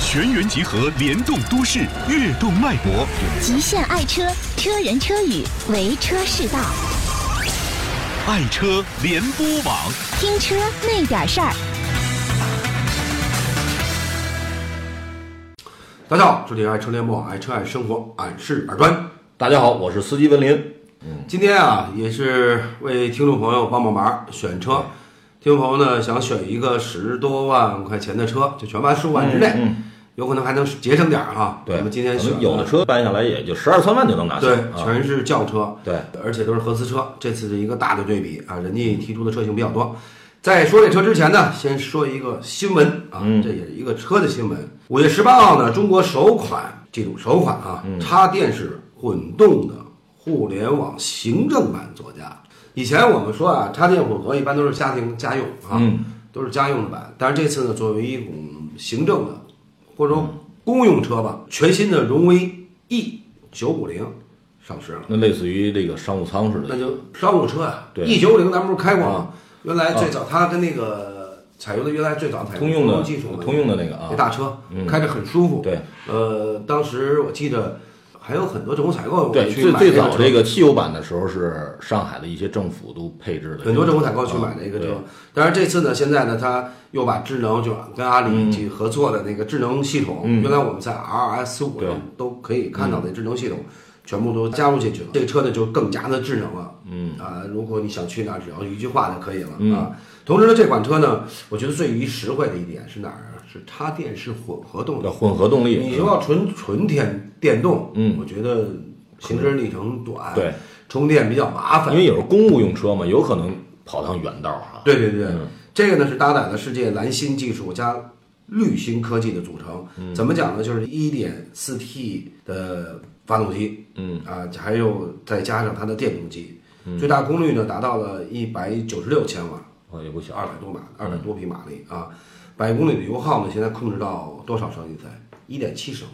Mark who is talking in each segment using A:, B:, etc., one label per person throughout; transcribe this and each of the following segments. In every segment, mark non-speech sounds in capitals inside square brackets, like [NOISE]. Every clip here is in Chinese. A: 全员集合，联动都市，跃动脉搏。
B: 极限爱车，车人车语，为车是道。
A: 爱车联播网，
B: 听车那点事儿。
C: 大家好，这里爱车联播，爱车爱生活，俺是耳端。
D: 大家好，我是司机文林。
C: 今天啊，也是为听众朋友帮帮忙选车。听众朋友呢，想选一个十多万块钱的车，就全万十五万之内，有可能还能节省点儿哈。
D: 嗯对，
C: 我们今天
D: 可能
C: 选
D: 有的车搬下来也就十二三万就能拿下，
C: 对，
D: 啊，
C: 全是轿车，
D: 对，
C: 而且都是合资车。这次是一个大的对比啊，人家提出的车型比较多。在说这车之前呢，先说一个新闻啊，
D: 嗯
C: 这也是一个车的新闻。五月十八号呢，中国首款，记住首款啊，
D: 嗯
C: 插电式混动的互联网行政版座驾。以前我们说啊，插电混合一般都是家庭家用啊，
D: 嗯
C: 都是家用的版，但是这次呢，作为一种行政的或者说
D: 嗯
C: 公用车吧，全新的荣威 E 九五零上市了。
D: 那类似于这个商务舱似
C: 那
D: 的，
C: 就商务车啊
D: 对啊
C: ，E 九五零咱们不是开过吗？原来最早它跟那个采用的原来最早采
D: 通
C: 用
D: 用的
C: 技术嘛，
D: 通用的那个啊
C: 那，大车开着很舒服。
D: 对，
C: 呃，当时我记得还有很多政府采购
D: 对，
C: 去
D: 最
C: 买
D: 最早
C: 这
D: 这
C: 个
D: 个汽油版的时候是上海的一些政府都配置
C: 车
D: 的，
C: 很多政府采购去买这个车
D: 嗯对。
C: 但是这次呢，现在呢，它又把智能就跟阿里去合作的那个智能系统，原来我们在 RS 五
D: 嗯对
C: 上都可以看到的智能系统。全部都加入进去了，这个车呢就更加的智能了。嗯啊，如果你想去哪儿，只要一句话就可以了、
D: 嗯
C: 啊。同时呢，这款车呢，我觉得最于实惠的一点是哪儿啊？是插电式混合动力
D: 叫。混合动
C: 你
D: 力，
C: 说要纯纯电电动，嗯，我觉得行驶里程短，
D: 对，
C: 充电比较麻烦，
D: 因为有时候公务用车嘛，有可能跑趟远道啊。
C: 对对对，这个呢是搭载了世界蓝芯技术加绿芯科技的组成。
D: 嗯
C: 怎么讲呢？就是一点四 T 的发动机，嗯啊，还有再加上它的电动机，
D: 嗯
C: 最大功率呢达到了一百九十六千瓦，
D: 哦，也不小，
C: 二百多马，二百多匹马力啊。百公里的油耗呢，现在控制到多少升一台？一点七升。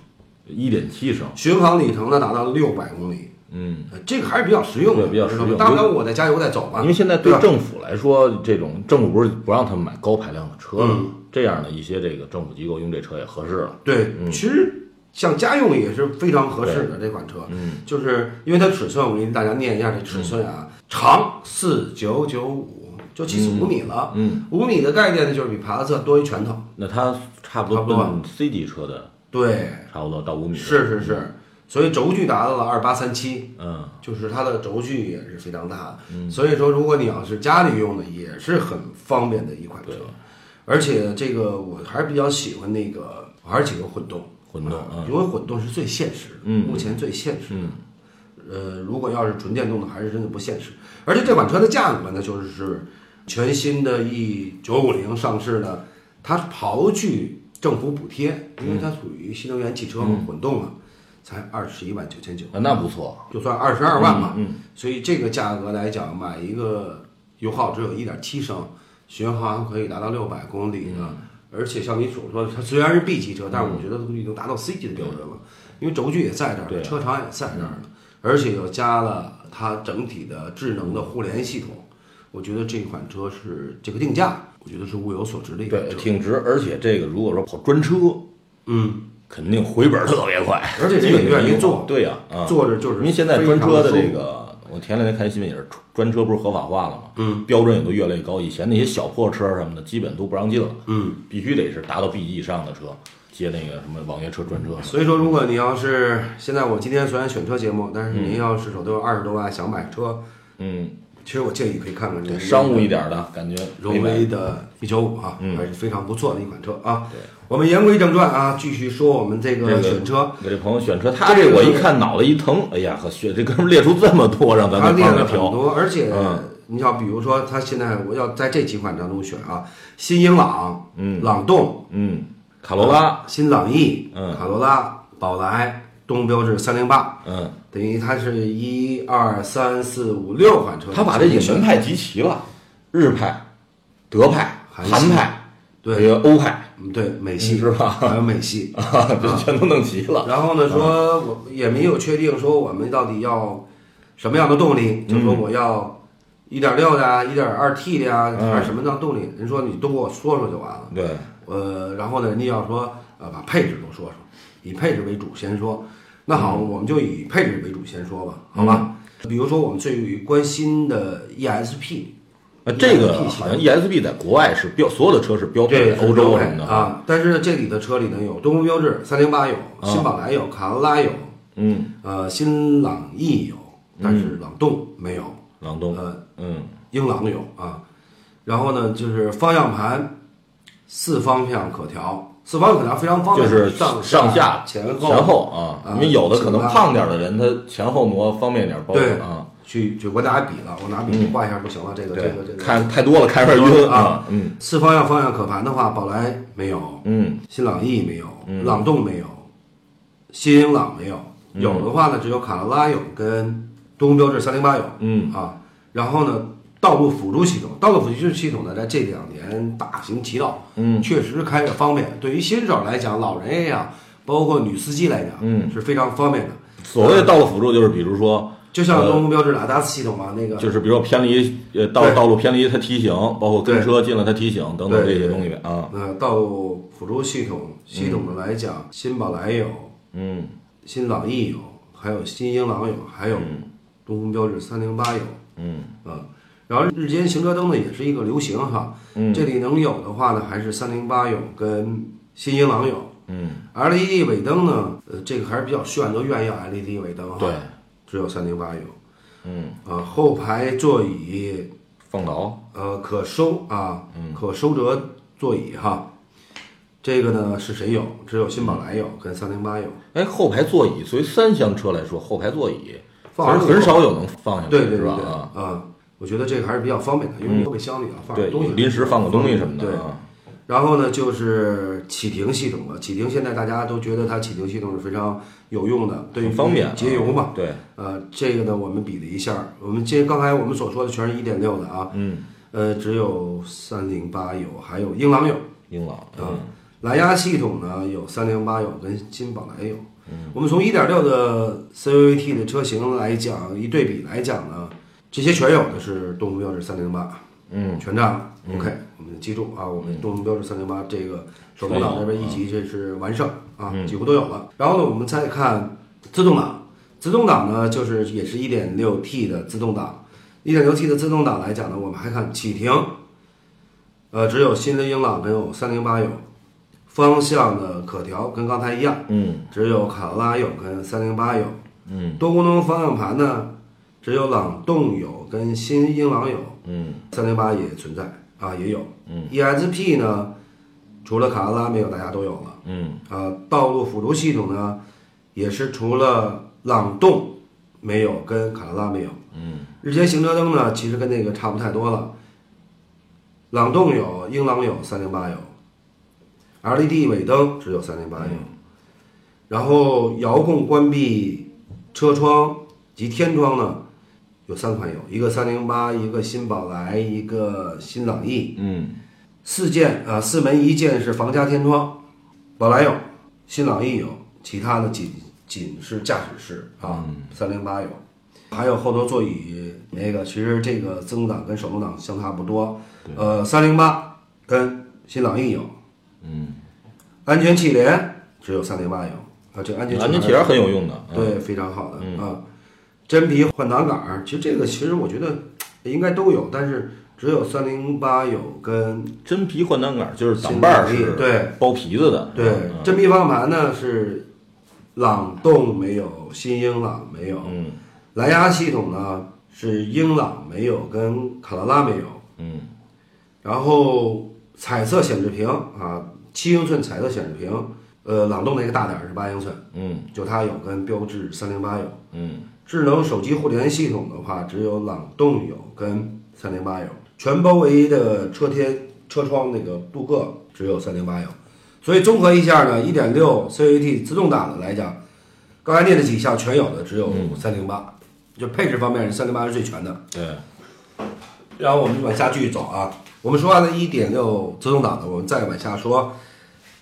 D: 一点七升，
C: 巡航里程呢达到六百公里。嗯，这个还是比较实用的，
D: 对比较实用
C: 知道吧大不了我再加油再走嘛。
D: 因为现在
C: 对啊
D: 对
C: 吧
D: 政府来说，这种政府不是不让他们买高排量的车吗
C: 嗯？
D: 这样的一些这个政府机构用这车也合适了。
C: 对，其实像家用也是非常合适的这款车，嗯，就是因为它尺寸，我给大家念一下这尺寸啊，长四九九五，就七十五米了，嗯，五米的概念呢，就是比帕萨特多一拳头，
D: 那它差不
C: 差
D: 多
C: 不多吧
D: 奔 C 级车的
C: 对，
D: 差不多到五米，
C: 是是是，所以轴距达到了二八三七，
D: 嗯，
C: 就是它的轴距也是非常大的，所以说如果你要是家里用的，也是很方便的一款车，而且这个我还是比较喜欢那个，我还是喜欢混动，
D: 混动嗯
C: 啊因为混动是最现实的，目前最现实的。呃，如果要是纯电动的，还是真的不现实。而且这款车的价格呢，就是是全新的 E 九五零上市呢，它刨去政府补贴，因为它属于新能源汽车嘛，混动嘛，才二十一万九千九。
D: 啊，那不错，
C: 就算二十二万吧。
D: 嗯
C: 所以这个价格来讲，买一个油耗只有一点七升，巡航可以达到六百公里的，
D: 嗯
C: 而且像你所说的，它虽然是 B 级车，但是我觉得已经达到 C 级的标准了，因为轴距也在这儿
D: 对
C: 了，
D: 啊
C: 车长也在这儿了，而且又加了它整体的智能的互联系统。我觉得这款车是这个定价，我觉得是物有所值的一款
D: 对，
C: 车。
D: 挺值。而且这个如果说跑专车，嗯，肯定回本儿特别快，
C: 而且人也愿意坐
D: 对呀，啊
C: 坐着就是
D: 因为现在专车的这
C: 非常
D: 个，我前两天看新闻也是，专车不是合法化了吗？嗯，标准也都越来越高。以前那些小破车什么的，基本都不让进了，嗯，必须得是达到 B E 级以上的车，接那个什么网约车、专车什么的。
C: 所以说，如果你要是现在我今天虽然选车节目，但是您要是手头有二十多万想买车，
D: 嗯，
C: 其实我建议可以看看这
D: 对
C: 个
D: 商务一点嗯的感觉，
C: 荣威的 E 九五啊，还是非常不错的一款车啊。对，我们言归正传啊，继续说我们这
D: 这
C: 个
D: 个
C: 选车，，
D: 给这朋友选车，他这我一看脑袋一疼，哎呀呵，选这哥们儿列出这么多，让咱
C: 它
D: 们
C: 列
D: 帮
C: 了
D: 着
C: 很
D: 挑。
C: 多，而且
D: 嗯
C: 你像比如说，它现在我要在这几款当中选啊，新英朗、嗯，朗动、
D: 嗯，卡罗拉，
C: 新朗逸、
D: 嗯
C: 卡罗拉、宝来、东风标致三零八，
D: 嗯，
C: 等于它是一二三四五六款车，
D: 他把这几个门派集齐了，日派、德派、
C: 韩
D: 韩
C: 系
D: 派，
C: 对
D: 还有欧派，
C: 嗯，对，美系
D: 哎是吧
C: 还有美系。
D: 啊，这全都弄齐了。
C: 然后呢，说我也没有确定说我们到底要什么样的动力，就
D: 嗯
C: 说我要一点六的啊，一点二 T 的啊，还是什么样的动力？人说你都给我说说就完了。
D: 嗯对，
C: 呃，然后呢，人家要说呃把配置都说说，以配置为主先说。那好，
D: 嗯
C: 我们就以配置为主先说吧，好吧？比如说我们最关心的 E ESP，
D: 那这个好像 ESP 在国外是标，所有的车是标配
C: 对，
D: 的，欧洲啊什么的。
C: 啊。但是这里的车里呢，有东风标致、三零八有，新宝来有，卡罗拉有，
D: 啊嗯，
C: 呃，新朗逸有，但是朗动没有，
D: 朗东，
C: 呃，
D: 嗯，
C: 英朗有啊。然后呢，就是方向盘四方向可调，四方向可调非常方
D: 就
C: 便，
D: 是
C: 上
D: 上下
C: 前
D: 后
C: 后
D: 前啊，因为有的可能
C: 前拉
D: 胖点儿的人，他前后挪方便点儿，包括
C: 对
D: 啊，嗯
C: 去去我拿笔了，我拿笔画一下就行了，这个这
D: 对
C: 个这，个
D: 看太多了，看有点晕
C: 啊，
D: 嗯
C: 四方向方向可盘的话，宝来没有，
D: 嗯，
C: 新朗逸没有，朗动没有，新英朗没有，
D: 嗯
C: 有的话呢，只有卡罗拉有跟东风标致三零八有，
D: 嗯
C: 啊，然后呢，道路辅助系统，道路辅助系统呢，在这两年大行其道，嗯，确实开着方便，对于新手来讲，老人也讲，包括女司机来讲，嗯，是非常方便的。
D: 所谓道路辅助就是比如说，
C: 就像东风标致的 ADAS 系统啊，那个
D: 就是比如说偏离呃道
C: 对
D: 道路偏离它提醒，包括跟
C: 对
D: 车进了它提醒等等这
C: 对
D: 些
C: 对
D: 东西啊，
C: 呃，道路辅助系统系统的来讲，新宝来有，
D: 嗯
C: 新朗逸有，还有新英朗有，还有东风标致三零八有，
D: 嗯
C: 啊，然后日间行车灯呢也是一个流行哈，
D: 嗯
C: 这里能有的话呢还是三零八有跟新英朗有
D: 嗯，
C: ，LED E 尾灯呢，呃，这个还是比较炫，都愿意要 LED E 尾灯哈，
D: 对，
C: 只有三零八有，
D: 嗯，
C: 啊，后排座椅
D: 放倒，
C: 呃可收啊，
D: 嗯
C: 可收折座椅哈。这个呢是谁有？只有新宝来有，
D: 嗯
C: 跟三零八有。
D: 哎，后排座椅作为三厢车来说，后排座椅
C: 放
D: 很
C: 上去
D: 很少有能放下去
C: 对对
D: 是
C: 对
D: 吧？
C: 对，
D: 啊，嗯
C: 啊，我觉得这个还是比较方便的，因为你后备箱里啊放
D: 对，
C: 点东西，
D: 临时放个东西什么
C: 对
D: 的，啊，
C: 然后呢，就是启停系统了。启停现在大家都觉得它启停系统是非常有用的，对于
D: 很方便啊
C: 节油嘛。
D: 对，
C: 呃，这个呢，我们比了一下，我们这刚才我们所说的全是一点六的啊，
D: 嗯，
C: 呃，只有三零八有，还有英朗有。
D: 英朗，
C: 嗯，蓝牙系统呢有三零八有跟新宝来有。
D: 嗯
C: 我们从一点六的 CVT 的车型来讲，一对比来讲呢，这些全有的是东风标致三零八，
D: 嗯，
C: 全占了。OK，我们记住啊，我们东风标致三零八这个手动挡这边一级这是完胜啊，
D: 嗯
C: 几乎都有了。然后呢，我们再看自动挡，自动挡呢就是也是一点六 T 的自动挡，一点六 T 的自动挡来讲呢，我们还看启停，呃，只有新的英朗跟有三零八有，方向的可调跟刚才一样，
D: 嗯
C: 只有卡罗拉有跟三零八有，
D: 嗯
C: 多功能方向盘呢，只有朗动有跟新英朗有，
D: 嗯
C: 三零八也存在啊，也有，
D: 嗯
C: ，ESP 呢，除了卡罗拉没有，大家都有了，
D: 嗯
C: 啊，道路辅助系统呢，也是除了朗动没有，跟卡罗拉没有，
D: 嗯
C: 日间行车灯呢，其实跟那个差不太多了。朗动有，英朗有，三零八有，LED 尾灯只有三零八有。然后遥控关闭车窗及天窗呢，有三款有，一个三零八，一个新宝来，一个新朗逸。
D: 嗯
C: 四件啊、四门一件是防夹天窗，宝来有，新朗逸有，其他的仅仅是驾驶室啊，
D: 嗯
C: 三零八有，还有后头座椅那个，其实这个自动挡跟手动挡相差不多，呃，三零八跟新朗逸有，
D: 嗯，
C: 安全气帘只有三零八有啊，这个安全
D: 安全气帘很有用的，啊，
C: 对，非常好的、啊。真皮换挡杆儿，其实这个其实我觉得应该都有，但是只有三零八有跟
D: 真皮换挡杆就是挡把儿
C: 新
D: 是
C: 朗逸对
D: 包皮子的，
C: 对
D: 嗯，
C: 真皮方向盘呢是朗动没有，新英朗没有，
D: 嗯
C: 蓝牙系统呢是英朗没有，跟卡罗拉没有，
D: 嗯
C: 然后彩色显示屏啊，七英寸彩色显示屏，呃，朗动那个大点儿是八英寸，
D: 嗯
C: 就它有跟标致三零八有，
D: 嗯
C: 智能手机互联系统的话，只有朗动有跟三零八有，全包围的车贴车窗那个镀铬只有三零八有，所以综合一下呢，一点六 CVT 自动挡的来讲，刚才念的几项全有的只有
D: 嗯
C: 三零八，就配置方面三零八是最全的。
D: 对，
C: 然后我们往下继续走啊，我们说完了一点六自动挡的，我们再往下说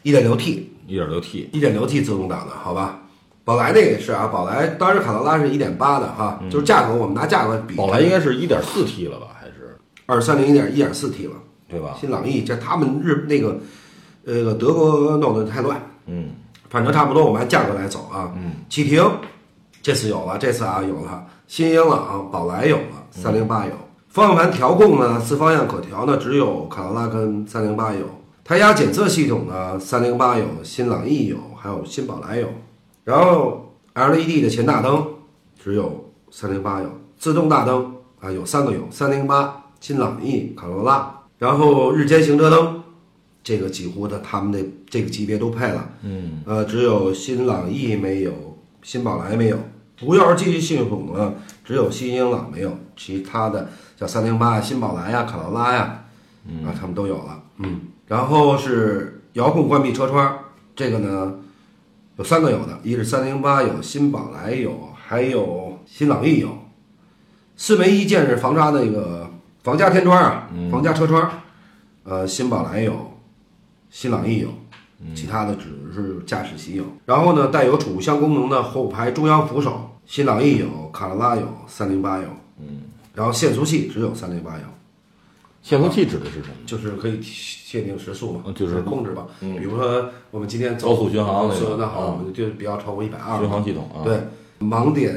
C: 一点六 T
D: 一点六 T，
C: 一点六 T 自动挡的，好吧？宝来的也是啊，宝来当时卡罗拉是一点八的哈，就是价格我们拿价格比，
D: 嗯宝来应该是一点四 T 了吧，还是
C: 二三零一点一点四 T 了，
D: 对吧？
C: 新朗逸这他们日那个这个德国弄得太乱，
D: 嗯，
C: 反正差不多，我们按价格来走啊。
D: 嗯，
C: 启停，这次有了，这次啊有了，新英朗、宝来有了，
D: 嗯
C: 三零八有。方向盘调控呢，四方向可调呢，只有卡罗拉跟三零八有。胎压检测系统呢，三零八有，新朗逸有，还有新宝来有。然后 LED 的前大灯只有三零八有，自动大灯啊有三个有，三零八、新朗逸、卡罗拉。然后日间行车灯，这个几乎的他们的这个级别都配了。
D: 嗯，
C: 呃，只有新朗逸没有，新宝来没有。无钥匙记忆系统呢，啊只有新英朗没有，其他的像三零八、新宝来呀、卡罗拉呀，啊，他们都有了。嗯，然后是遥控关闭车窗，这个呢有三个有的，一是三零八有，新宝来有，还有新朗逸有。四枚一键是防扎那个防夹天窗啊，
D: 嗯
C: 防夹车窗，呃，新宝来有，新朗逸有，
D: 嗯
C: 其他的只是驾驶席有。然后呢，带有储物箱功能的后排中央扶手，新朗逸有，卡罗拉有，三零八有，嗯，然后限速器只有三零八有，
D: 限速器指的是什么？
C: 就是可以限定时速嘛
D: 嗯，就是
C: 控制嘛。比如说我们今天
D: 高速巡航那个
C: 说那好，
D: 啊
C: 我们就不要超过一百二。
D: 巡航系统啊。
C: 对，盲点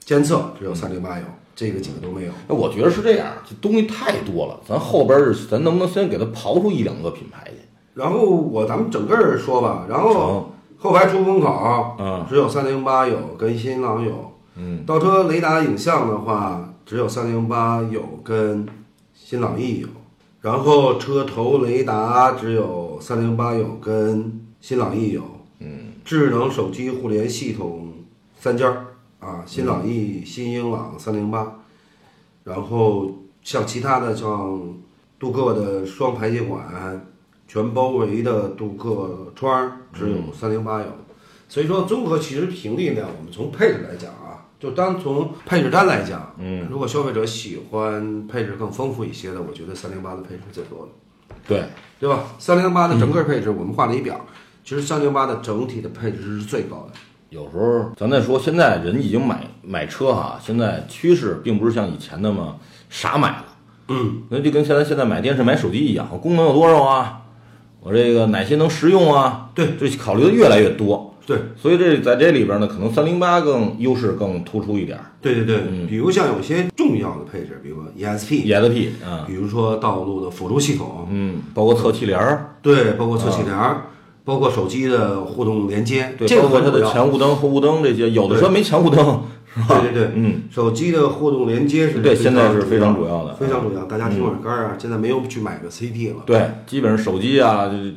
C: 监测只有三零八有，这个几个都没有。
D: 哎那我觉得是这样，这东西太多了，咱后边儿咱能不能先给它刨出一两个品牌去？
C: 然后我咱们整个儿说吧，然后
D: 成
C: 后排出风口，
D: 嗯
C: 只有三零八有跟新浪有，
D: 嗯，
C: 倒车雷达影像的话，只有三零八有跟新朗逸有，然后车头雷达只有三零八有跟新朗逸有，嗯，智能手机互联系统三家儿啊，新朗逸、
D: 嗯
C: 新英朗、三零八，然后像其他的像镀铬的双排气管，全包围的镀铬窗，只有三零八有。所以说，综合其实评定呢，我们从配置来讲啊，就单从配置单来讲，嗯，如果消费者喜欢配置更丰富一些的，我觉得三零八的配置是最多的，
D: 对，
C: 对吧？三零八的整个配置，我们画了一表，其实三零八的整体的配置是最高的。
D: 有时候咱再说，现在人已经买买车哈，现在趋势并不是像以前那么傻买了，
C: 嗯，
D: 那就跟现在现在买电视、买手机一样，我功能有多少啊？我这个哪些能实用啊？
C: 对，
D: 这考虑的越来越多，
C: 对，
D: 所以这在这里边呢，可能三零八更优势更突出一点儿
C: 对对对，比如像有些重要的配置，比如说 ESP，
D: ，ESP 啊、
C: 比如说道路的辅助系统，
D: 嗯，包括侧气帘儿，
C: 对，包括
D: 啊
C: 测气帘儿，包括手机的互动连接，
D: 对，
C: 这个
D: 包括
C: 很
D: 它
C: 重
D: 的
C: 要
D: 前雾灯、后雾灯这些，有的车没前雾灯，是吧？
C: 对对对，
D: 嗯，
C: 手机的互动连接
D: [LAUGHS]
C: 是
D: 对
C: 非常
D: 现在是非常
C: 重
D: 主要的
C: 非常主要。大家听耳杆儿啊，现在没有去买个 CD 了，
D: 对，基本上手机啊，这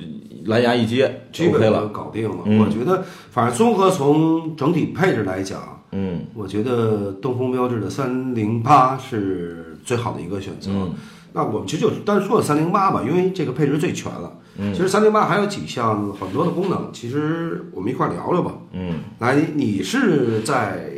D: 蓝牙一接
C: 基本
D: OK
C: 上
D: 了，
C: 搞定了。
D: 嗯
C: 我觉得，反正综合从整体配置来讲，
D: 嗯。
C: 我觉得东风标致的三零八是最好的一个选择。
D: 嗯
C: 那我们其实就单说三零八吧，因为这个配置最全了。
D: 嗯
C: 其实三零八还有几项很多的功能，其实我们一块儿聊聊吧。
D: 嗯，
C: 来，你是在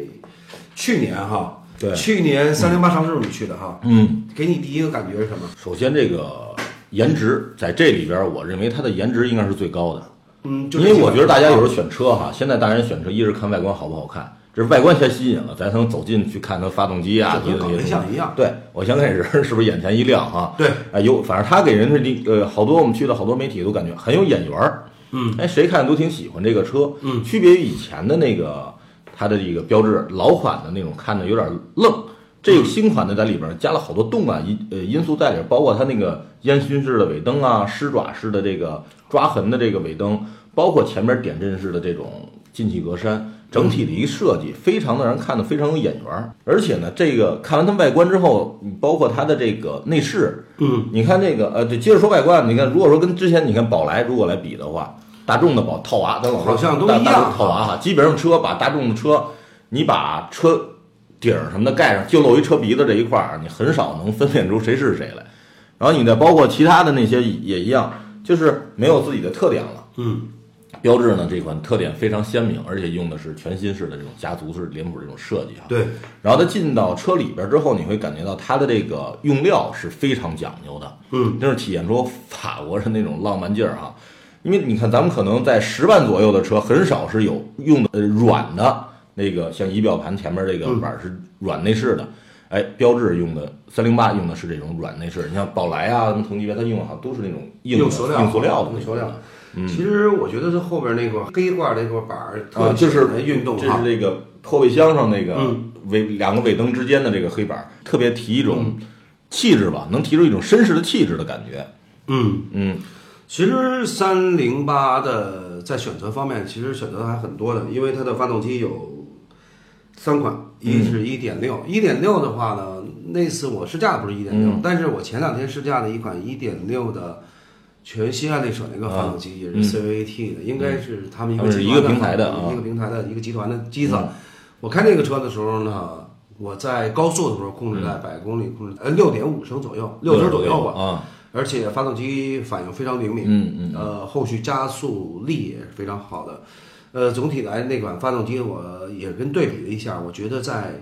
C: 去年哈，
D: 对
C: 去年三零八上市你去的哈，
D: 嗯，
C: 给你第一个感觉是什么？
D: 首先，这个颜值在这里边儿，我认为它的颜值应该是最高的，
C: 嗯，就
D: 因
C: 是
D: 为我觉得大家有时候选车哈，现在大人选车一是看外观好不好看，这是外观先吸引了，咱才能走进去看它发动机啊，
C: 这
D: 这
C: 跟搞对象一样
D: 对我先开始 [LAUGHS] 是不是眼前一亮啊？
C: 对
D: 哎有，反正他给人的这呃，好多我们去的好多媒体都感觉很有眼缘儿，嗯，哎，谁看都挺喜欢这个车，嗯，区别于以前的那个它的这个标志老款的那种看着有点愣。这个新款的在里边儿加了好多动感因呃因素在里边儿，包括它那个烟熏式的尾灯啊，狮爪式的这个抓痕的这个尾灯，包括前面点阵式的这种进气格栅，整体的一个设计非常的让人看的非常有眼缘儿。而且呢，这个看完它外观之后，你包括它的这个内饰，嗯，你看这个呃，对，接着说外观，你看如果说跟之前你看宝来如果来比的话，大众的宝套娃，咱老说
C: 好像都
D: 大
C: 一
D: 大
C: 样
D: 众套娃哈，基本上车把大众的车，你把车顶儿什么的盖上，就露一车鼻子这一块儿，你很少能分辨出谁是谁来。然后你再包括其他的那些也一样，就是没有自己的特点了。
C: 嗯，
D: 标志呢这款特点非常鲜明，而且用的是全新式的这种家族式脸谱这种设计啊。
C: 对，
D: 然后它进到车里边之后，你会感觉到它的这个用料是非常讲究的，
C: 嗯，
D: 真是体现出法国人那种浪漫劲儿啊。因为你看，咱们可能在十万左右的车，很少是有用的呃软的那个，像仪表盘前面这个板儿是软内饰的。哎，标志用的三零八用的是这种软内饰，你像宝来啊，什么同级别，它用的好像都是那种硬的
C: 硬塑料，
D: 硬塑料的
C: 硬
D: 那
C: 塑
D: 种啊嗯
C: 料。其实我觉得是后边那块黑挂那块板儿特
D: 啊，
C: 别
D: 就是
C: 运动
D: 这是
C: 哈，
D: 这个后备箱上那个
C: 嗯
D: 尾两个尾灯之间的这个黑板儿，特别提一种气质吧，能提出一种绅士的气质的感觉。
C: 嗯。
D: 嗯，
C: 其实三零八的在选择方面，其实选择还很多的，因为它的发动机有三款，
D: 嗯
C: 一是一点六，一点六的话呢，那次我试驾的不是一点六，
D: 嗯
C: 但是我前两天试驾的一款一点六的全新爱丽舍那个
D: 啊
C: 发动机也是 CVT 的，应该是他们一
D: 他
C: 个
D: 们嗯是
C: 集团
D: 一个平台的啊嗯
C: 一个平台的一个集团的机子。啊我开那个车的时候呢。我在高速的时候控制在
D: 嗯
C: 百公里，控制呃六点五升左右，六
D: 十
C: 升左右吧。
D: 啊，
C: 而且发动机反应非常灵敏，
D: 嗯
C: 嗯，呃，后续加速力也是非常好的，呃，总体来那款发动机我也跟对比了一下，我觉得在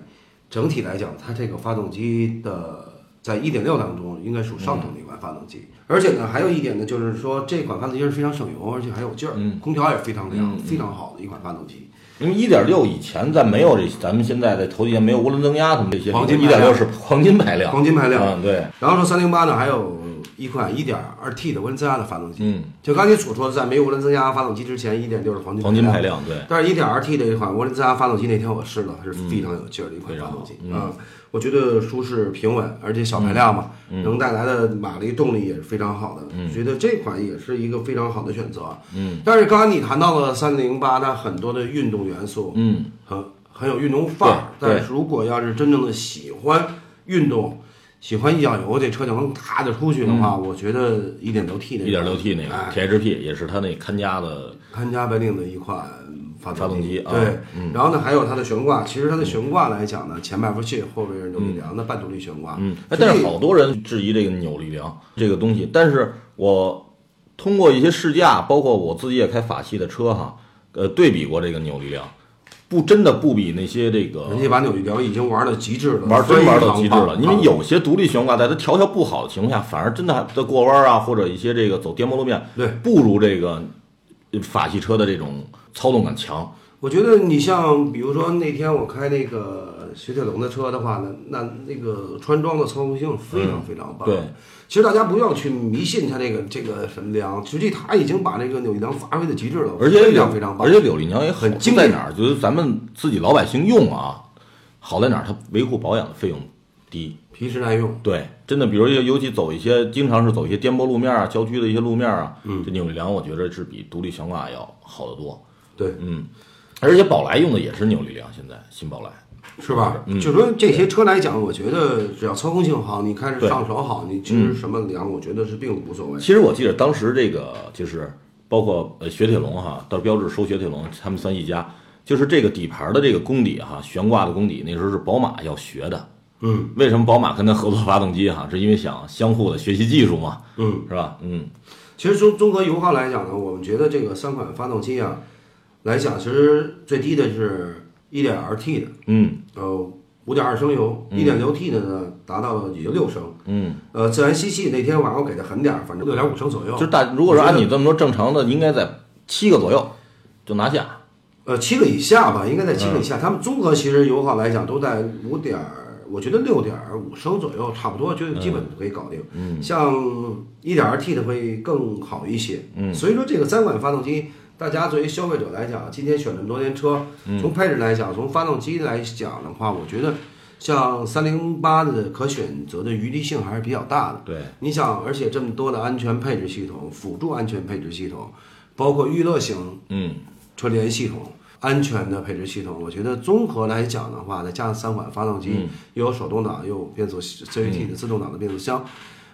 C: 整体来讲，它这个发动机的在1.6当
D: 嗯
C: 中应该属上等的一款发动机，而且呢，还有一点呢，就是说这款发动机是非常省油，而且还有劲儿，
D: 嗯
C: 空调也非常凉，非常好的一款发动机。
D: 因为一点六以前在没有这咱们现在的头几年没有涡轮增压什么这些，
C: 黄金
D: 一
C: 排
D: 点
C: 量
D: 六是黄金排量，
C: 黄金排量
D: 啊，对，
C: 然后说三零八呢，还有一款 1.2T 的涡轮增压的发动机，
D: 嗯，
C: 就刚才所说的，在没有涡轮增压发动机之前，1.6是黄金
D: 黄金排量，对，
C: 但是 1.2T 这一款涡轮增压发动机那天我试了，是非常有劲儿的一款发动机啊、我觉得舒适平稳，而且小排量嘛，
D: 嗯
C: 能带来的马力动力也是非常好的，觉得这款也是一个非常好的选择。嗯，但是刚刚你谈到了308，它很多的运动元素，
D: 嗯，
C: 很很有运动范儿，
D: 对对
C: 但是如果要是真正的喜欢运动。喜欢一脚油，这车就能踏着出去的话，我觉得一点六 T 那
D: 嗯一点六 T 那
C: 哎
D: 个 THP 也是它那看家的，
C: 潘家本领的一款发
D: 发动机
C: 机，
D: 啊
C: 对，然后呢，还有它的悬挂，其实它的悬挂来讲呢，前麦弗逊，后边是扭力梁的半独立悬挂，
D: 嗯，哎
C: 所以
D: 但是好多人质疑这个扭力梁这个东西，但是我通过一些试驾，包括我自己也开法系的车哈，呃，对比过这个扭力梁，不真的不比那些这个
C: 人家把扭力梁已经玩到极致了，
D: 玩儿真玩儿到极
C: 非
D: 致了，
C: 常棒啊
D: 因为有些独立悬挂在它调校不好的情况下，反而真的还在过弯儿啊，或者一些这个走颠簸路面，
C: 对
D: 不如这个呃法系车的这种操纵感强。
C: 我觉得你像比如说那天我开那个雪铁龙的车的话呢，那那个穿桩的操控性非常非常棒。
D: 对，
C: 其实大家不要去迷信它这个这个什么梁，实际它已经把这个扭力梁发挥的极致了，
D: 而且
C: 非
D: 柳
C: 常非常棒。
D: 而且柳丽娘也好
C: 很经
D: 在
C: 典
D: 哪儿？就是咱们自己老百姓用啊，好在哪儿？它维护保养的费用低。
C: 皮实耐用，
D: 对，真的，比如尤尤其走一些经常是走一些颠簸路面啊、郊区的一些路面啊，
C: 嗯
D: 这扭力梁我觉得是比独立悬挂要好得多。
C: 对，
D: 嗯，而且宝来用的也是扭力梁，现在新宝来。
C: 是吧？
D: 嗯
C: 就说这些车来讲，我觉得只要操控性好，你开着
D: 对嗯
C: 上手好，你其实什么凉，我觉得是并无所谓。
D: 其实我记得当时这个就是包括呃雪铁龙哈，到标致收雪铁龙，他们算一家，就是这个底盘的这个功底哈，悬挂的功底，那时候是宝马要学的。
C: 嗯，
D: 为什么宝马跟他合作发动机哈？是因为想相互的学习技术嘛，
C: 嗯，
D: 是吧？嗯，
C: 其实综综合油耗来讲呢，我们觉得这个三款发动机啊，来讲其实最低的是 1.2T 的，
D: 嗯，
C: 呃，5.2升油，1.6T 的呢达到了也就六升，
D: 嗯，
C: 呃，自然吸气那天晚上我给的狠点儿，反正6.5升左右，
D: 就大，如果说按你这么说，正常的应该在七个左右就拿下。
C: 呃，七个以下吧，应该在七个以下。他们综合其实油耗来讲都在五点，我觉得六点五升左右，差不多就基本可以搞定。嗯，像一点二 T 的会更好一些。嗯，所以说这个三款发动机，大家作为消费者来讲，今天选这么多年车，从配置来讲，从发动机来讲的话，我觉得像三零八的可选择的余地性还是比较大的。
D: 对，
C: 你想，而且这么多的安全配置系统、辅助安全配置系统，包括娱乐型
D: 嗯，
C: 车联系统、安全的配置系统，我觉得综合来讲的话，再加上三款发动机，
D: 嗯
C: 又有手动挡，又有变速 CVT 的自动挡的变速箱，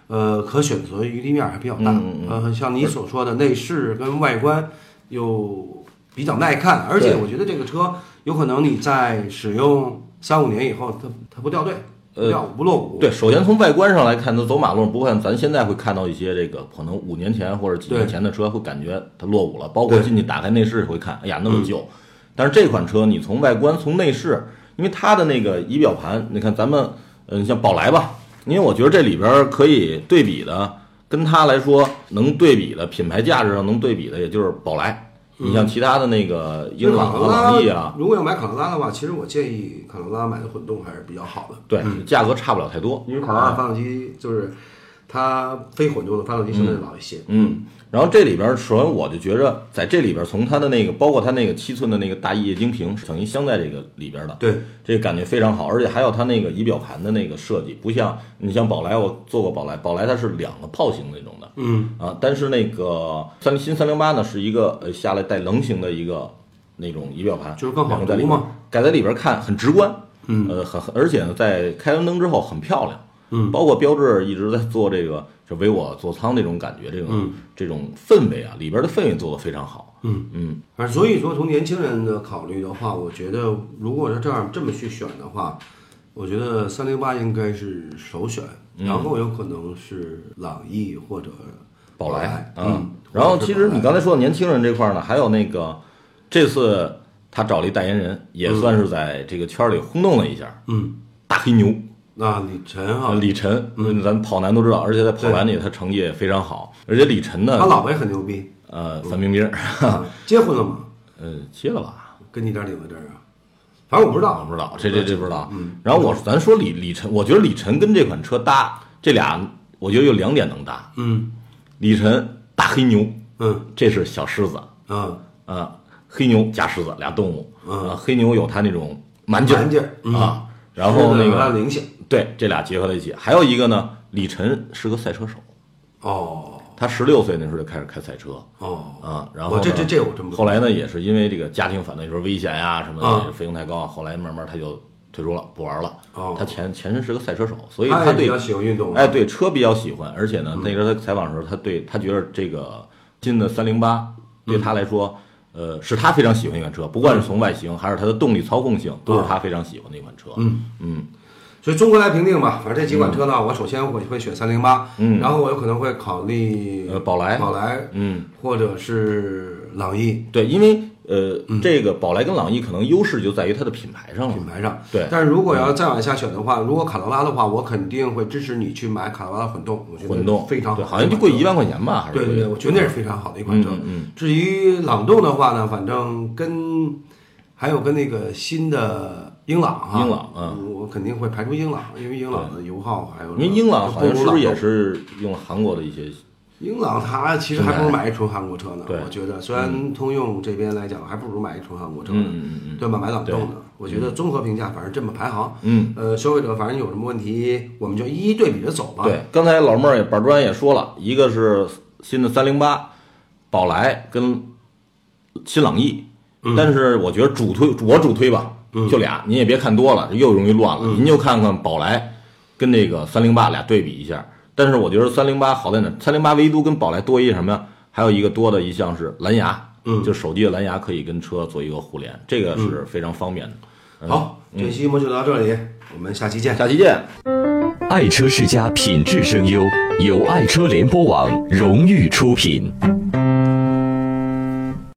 C: 呃，可选择余地面还比较
D: 嗯
C: 大。呃，像你所说的内饰跟外观又比较耐看，而且
D: 对
C: 我觉得这个车有可能你在使用三五年以后，它它不掉队，不掉不落伍。
D: 呃对，首先从外观上来看，它走马路不会像咱现在会看到一些这个可能五年前或者几年
C: 对
D: 前的车会感觉它落伍了，包括
C: 对嗯
D: 进去打开内饰会看，哎呀那么旧。但是这款车你从外观从内饰，因为它的那个仪表盘，你看咱们嗯像宝来吧，因为我觉得这里边儿可以对比的，跟它来说能对比的品牌价值上能对比的，也就是宝来。你像其他的那个英朗
C: 嗯朗
D: 啊、朗逸啊，
C: 如果要买卡罗拉的话，其实我建议卡罗拉买的混动还是比较好的，
D: 对，价格差不了太多。
C: 因为卡罗拉发动机就是它非混动的发动机相对老一些。
D: 嗯，然后这里边儿，首先我就觉着在这里边儿，从它的那个，包括它那个七寸的那个大液晶屏，等于镶在这个里边儿的，
C: 对，
D: 这个感觉非常好，而且还有它那个仪表盘的那个设计，不像你像宝来，我做过宝来，宝来它是两个炮型那种的，
C: 嗯
D: 啊，但是那个三新三零八呢是一个呃下来带棱形的一个那种仪表盘，
C: 就是更好
D: 然后在里
C: 读
D: 面
C: 嘛
D: 改在里边看很直观，嗯，呃，很很而且呢，在开完灯之后很漂亮，嗯，包括标志一直在做这个就为我座舱这种感觉，这种、这种氛围啊，里边的氛围做得非常好，
C: 嗯
D: 嗯
C: 反正所以说从年轻人的考虑的话，我觉得如果是这样这么去选的话，我觉得三零八应该是首选，
D: 嗯
C: 然后有可能是朗逸或者
D: 宝
C: 来
D: 来，，啊
C: 嗯，
D: 然后
C: 或者
D: 其
C: 是
D: 实
C: 宝来
D: 你刚才说的年轻人这块儿呢，还有那个这次他找了一代言人，也算是在这个圈儿里轰动了一下，
C: 嗯，
D: 大黑牛。
C: 那李晨哈
D: 啊，，李晨，嗯，咱们跑男都知道，而且在跑男里他成绩也非常好，而且李晨
C: 他
D: 呢，
C: 老婆也很牛逼，
D: 呃，范冰冰，
C: 啊结婚了吗？
D: [LAUGHS] 呃，结了吧？
C: 跟你这儿领的这儿啊？反正我不知
D: 我
C: 道，
D: 不知道，这这这不知道。
C: 嗯
D: 然后我咱说李李晨，我觉得李晨跟这款车搭，这俩我觉得有两点能搭，
C: 嗯
D: 李晨大黑牛，
C: 嗯
D: 这是小狮子，
C: 啊，
D: 啊，黑牛加狮子俩动物，
C: 嗯
D: 啊，黑牛有它那种蛮劲儿
C: 蛮劲儿嗯
D: 啊，然后那
C: 他
D: 个
C: 灵性
D: 对这俩结合在一起，还有一个呢，李晨是个赛车手，
C: 哦
D: 他十六岁那时候就开始开赛车，
C: 哦
D: 啊，然后
C: 我这
D: 呢
C: 这这我真不
D: 后来呢，也是因为这个家庭反对，就是危险呀、什么
C: 啊
D: 的，费用太高啊，后来慢慢他就退出了，不玩了。
C: 哦
D: 他前前身是个赛车手，所以
C: 他
D: 他
C: 也比
D: 对
C: 较喜欢运动，啊嗯
D: 哎对车比较喜欢，而且呢，那时候他采访的时候，他对他觉得这个新的三零八
C: 嗯
D: 对他来说。呃，是他非常喜欢一款车，不管是从外形还是它的动力操控性，都是他非常喜欢的一款车。嗯嗯，
C: 所以综合来评定吧，反正这几款车呢，我首先我会选三零八，
D: 嗯
C: 然后我有可能会考虑
D: 呃宝来
C: 宝来，
D: 嗯，
C: 或者是朗逸
D: 对，因为呃，这个宝来跟朗逸可能优势就在于它的品牌上了。
C: 嗯品牌上。
D: 对嗯
C: 但是如果要再往下选的话，如果卡罗拉的话，我肯定会支持你去买卡罗拉混动，我觉得
D: 混动
C: 非常
D: 对，
C: 好，
D: 好像就贵一。万块钱吧，还是
C: 对对
D: 贵
C: 对，我觉得那是非常好的一款车。
D: 嗯嗯
C: 至于朗动的话呢，反正跟还有跟那个新的英朗哈，
D: 英朗嗯
C: 我肯定会排除英朗，因为英朗的油耗还有。
D: 因为英朗好像是不是也
C: 是？
D: 是用韩国的一些？
C: 英朗它其实还不如买一纯韩国车呢，
D: 对
C: 我觉得，虽然通用这边来讲，还不如买一纯韩国车呢，
D: 嗯嗯
C: 对吧？买朗动呢，我觉得综合评价反正这么排行，
D: 嗯，
C: 呃，消费者反正有什么问题，我们就一一对比着走吧。
D: 对，，刚才老妹儿也板砖也说了，一个是新的三零八，宝来跟新朗逸，但是我觉得主推我主推吧，就俩，您也别看多了，又容易乱了，您就看看宝来跟这个三零八俩对比一下。但是我觉得三零八好在哪？三零八唯独跟宝来多一什么呀？还有一个多的一项是蓝牙，嗯，就手机的蓝牙可以跟车做一个互联，这个是非常方便的。
C: 好，这期我们就聊到这里，我们下期见。
D: 嗯下期见。
E: 爱车世家品质声优，由爱车联播网荣誉出品。